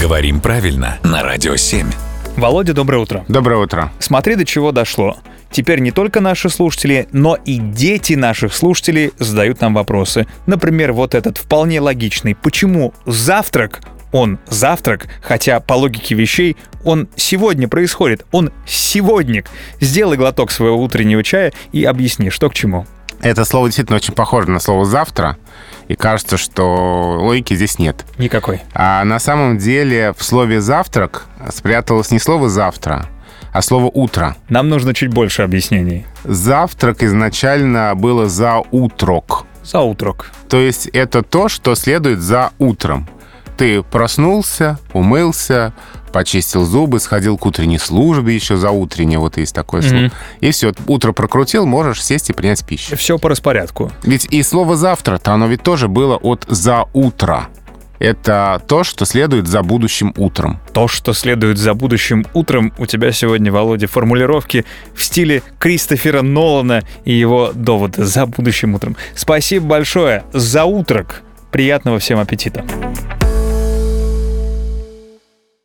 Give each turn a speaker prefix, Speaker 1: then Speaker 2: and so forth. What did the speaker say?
Speaker 1: Говорим правильно на Радио 7.
Speaker 2: Володя, доброе утро.
Speaker 3: Доброе утро.
Speaker 2: Смотри, до чего дошло. Теперь не только наши слушатели, но и дети наших слушателей задают нам вопросы. Например, вот этот вполне логичный. Почему завтрак он завтрак, хотя по логике вещей он сегодня происходит, он сегодняк. Сделай глоток своего утреннего чая и объясни, что к чему.
Speaker 3: Это слово действительно очень похоже на слово «завтра», и кажется, что логики здесь нет.
Speaker 2: Никакой.
Speaker 3: А на самом деле в слове «завтрак» спряталось не слово «завтра», а слово «утро».
Speaker 2: Нам нужно чуть больше объяснений.
Speaker 3: Завтрак изначально было за утрок.
Speaker 2: За утрок.
Speaker 3: То есть это то, что следует за утром ты проснулся, умылся, почистил зубы, сходил к утренней службе еще за утреннее, вот есть такое слово.
Speaker 2: Мгм.
Speaker 3: И все, утро прокрутил, можешь сесть и принять пищу.
Speaker 2: Все по распорядку.
Speaker 3: Ведь и слово «завтра»-то оно ведь тоже было от «за утро». Это то, что следует за будущим утром.
Speaker 2: То, что следует за будущим утром, у тебя сегодня, Володя, формулировки в стиле Кристофера Нолана и его доводы за будущим утром. Спасибо большое за утрок. Приятного всем аппетита.